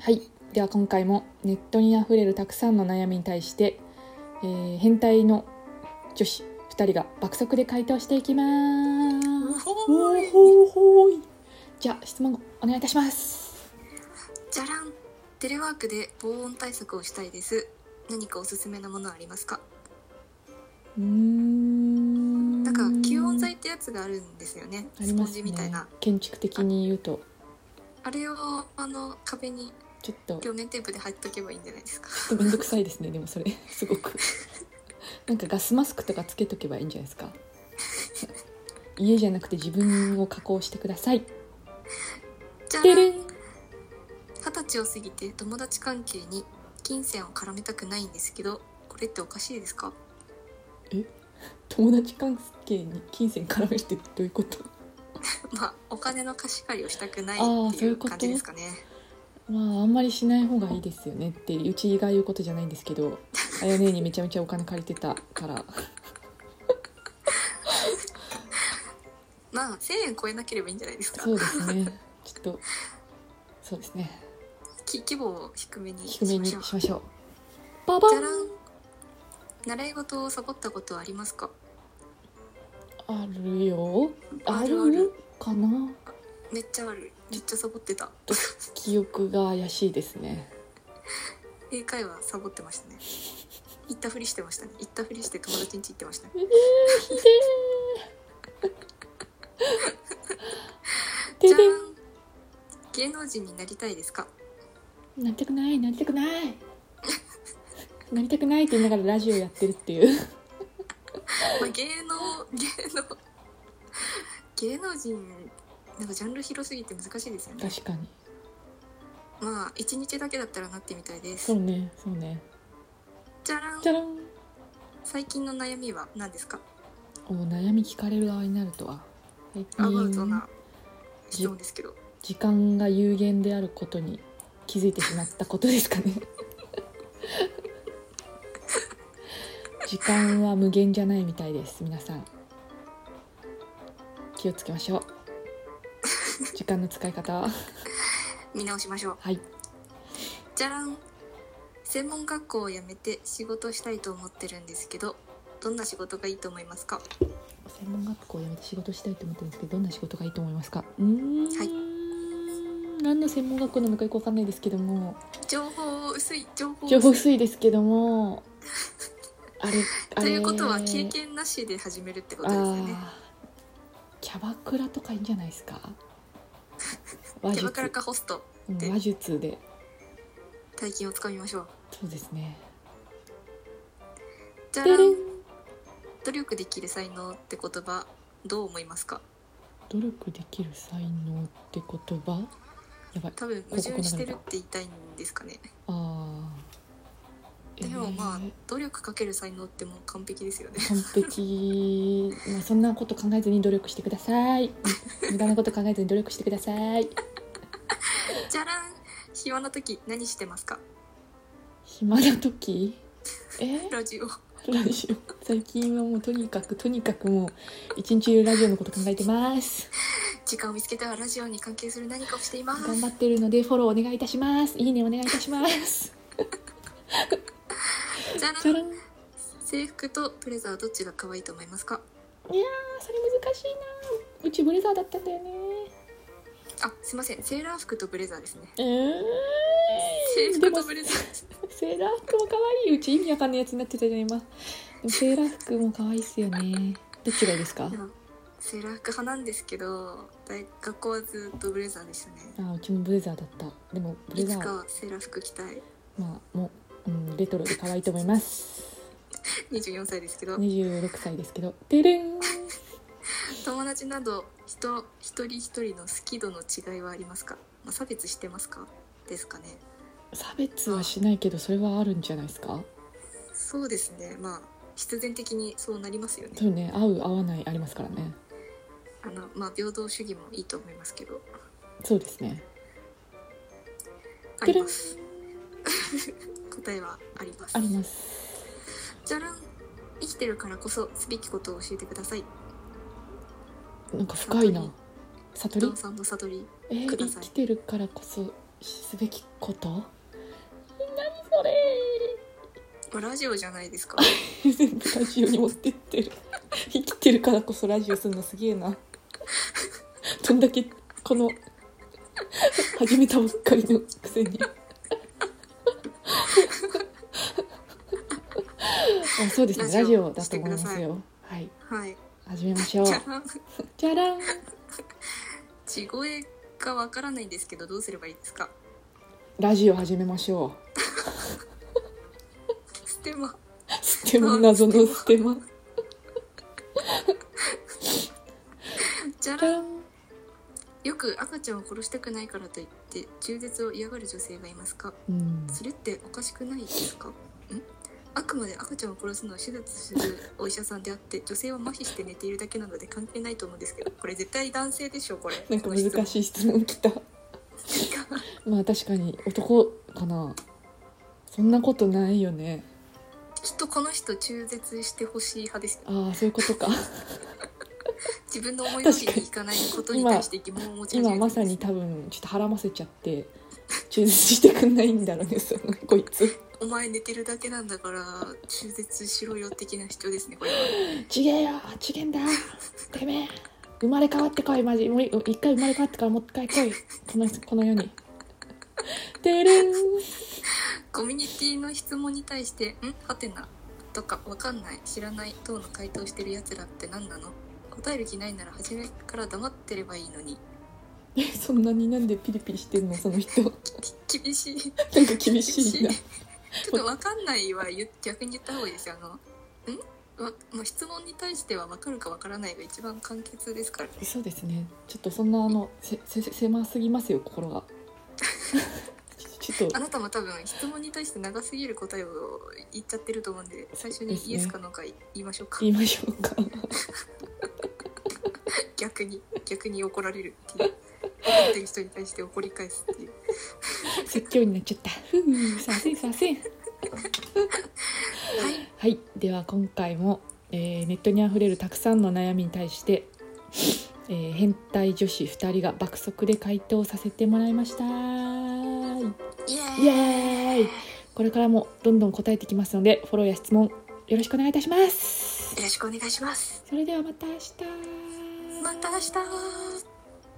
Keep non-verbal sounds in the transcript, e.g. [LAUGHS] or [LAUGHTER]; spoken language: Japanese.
はいでは今回もネットにあふれるたくさんの悩みに対して、えー変態の女子2人が爆速で回答していきますおーいほーほーいじゃあ質問お願いいたしますじゃらんテレワークで防音対策をしたいです何かおすすめのものありますかうーんなんか吸音材ってやつがあるんですよねあスりポまンすジねみたいなあ,、建築的に言うとれをあの壁にちょっとちょ両面テープで貼っとけばいいんじゃないですかっと面倒くさいですねでもそれ [LAUGHS] すごくなんかガスマスクとかつけとけばいいんじゃないですか家じゃなくて自分を加工してくださいじゃらてれんん二十歳を過ぎて友達関係に金銭を絡めたくないんですけどこれっておかしいですか友達関係に金銭絡めるってどういうことまあお金の貸し借りをしたくないあーってそういいううこと感じですかねまああんまりしない方がいいですよねってうちが言うことじゃないんですけどあやねにめちゃめちゃお金借りてたからまあ1000円超えなければいいんじゃないですかそうですねちょっとそうですねき規模を低めにし低まめにししょうましょうババじゃンらん習い事をサボったことはありますかあるよああるるあるかなめっちゃあるめっちゃサボってた記憶が怪しいですね英会話サボってましたね行ったふりしてましたね行ったふりして友達ん家行ってましたねひでーてじゃらでん芸能人になりたいですかんなりたくないなりたくないなりたくないって言いながらラジオやってるっていうまあ、芸能芸能芸能人なんかジャンル広すぎて難しいですよね確かにまあ一日だけだったらなってみたいでそすうねそうねじゃらんじゃらん最近の悩みは何ですかお悩み聞かれる側になるとは最アバウト近な質問ですけど時間が有限であることに気づいてしまったことですか [LAUGHS] ね時間は無限じゃないみたいです皆さん気をつけましょう時間の使い方は見直しましょうはいじゃらん専門学校を辞めて仕事したいと思ってるんですけどどんな仕事がいいと思いますか専門学校を辞めて仕事したいと思ってるんですけどどんな仕事がいいと思いますかうーん、はい何の専門学校なのかよくわかんないですけども情報薄い情報情報薄い薄いですけども [LAUGHS] あれあとれいうことは経験なしで始めるってことですよねあーキャバクラとかいいんじゃないです [LAUGHS] か話キャバクラ術かホストうん話術で大金をつかみましょうそうですねじゃてられんん努力できる才能って言葉どう思いますか努力できる才能って言葉やばい多分矛盾してるって言いたいんですかねあーでもまあえ努力かける才能ってもう完璧ですよねー完璧、まあ、そんなこと考えずに努力してください無駄なこと考えずに努力してくださいじゃらん暇な時何してますか暇な時えラジオラジオ最近はもうとにかくとにかくもう一日中ラジオのこと考えてます時間を見つけてはラジオに関係する何かをしています頑張ってるのでフォローお願いいたしますいいねお願いいたしますじゃじゃららんんいや制服とブレザーどっちが可愛いと思いますかーそれ難しいなうちブレザーだったんだよねあすいませんセーラー服とブレザーですねう [LAUGHS] 制ーんで服もとブレザーセーラー服も可愛いうち意味わかんないやつになってたじゃん今でもセーラー服も可愛いっすよねどっちがいいですかでもセーラー服派なんですけど大学校はずっとブレザーでしたねあうちもブレザーだったでもブレいザつーかセーラー服着たいまあもう、うん、レトロで可愛いと思います24歳ですけど26歳ですけどてれん友達など人一人一人の好き度の違いはありますか、まあ、差別してますかですかね差別はしないけどそれはあるんじゃないですかそうですねまあ必然的にそうなりますよねそうね合う合わないありますからねあのまあ平等主義もいいと思いますけどそうですねあります答えはありますありますじゃらん生きてるからこそすべきことを教えてくださいなんか深いな悟伊り藤さんの悟りえーくだ生さいきてるからこそすべきここと何それこれラジオじゃないですか全部ラジオに持ってってる生きてるからこそラジオするのすげえなどんだけこの始めたばっかりのくせにあそうですねララジジオオだと思いましてすくだよはいはい始めましょうじゃあじゃらん地声がわからないんですけどどうすればいいですかラジオ始めましょステマうステマ謎のステマじじゃゃららんんよく赤ちゃんを殺したくないからといって中絶を嫌がる女性がいますかうんそれっておかしくないですかんあくまで赤ちゃんを殺すのは手術するお医者さんであって女性は麻痺して寝ているだけなので関係ないと思うんですけどこれ絶対男性でしょこれなんかこの難質しい質問き [LAUGHS] た問まあ確かに男かなそんなことないよねきっとこの人中絶してほしい派ですよああそういうことか自分の思い通りにいかないことに対して疑問を持ち始めて [LAUGHS] 今まさに多分ちょっと腹ませちゃって中絶してくんないんだろうねそのこいつお前寝てるだけなんだから中絶しろよ的な主張ですねこれはちげえよちげえんだてめえ生まれ変わってこいマジもう一回生まれ変わってからもう一回来いこのこの世にてるんコミュニティの質問に対して「んはてな」とか「わかんない」「知らない」等の回答してるやつらって何なの答える気ないなら初めから黙ってればいいのにえそんなになんでピリピリしてんのその人なんかき厳しいち厳しいなょっと「わかんないは言」逆に言った方がいいですよあの「んわもう質問に対しては「わかるかわからない」が一番簡潔ですからそうですねちょっとそんなあのせせせ狭すぎますよ心がちょっとあなたも多分質問に対して長すぎる答えを言っちゃってると思うんで最初にイエスかノーか言いましょうか言いましょうか逆に逆に怒られるっていう怒ってる人に対して怒り返すっていう説教になっちゃったふうさせんさせんはいはいでは今回も、えーネットにあふれるたくさんの悩みに対して、えー変態女子2人が爆速で回答させてもらいましたイエーイエーイこれからもどんどん答えてきますのでフォローや質問よろしくお願いいたしますよろしくお願いします。それではまた明日また明日。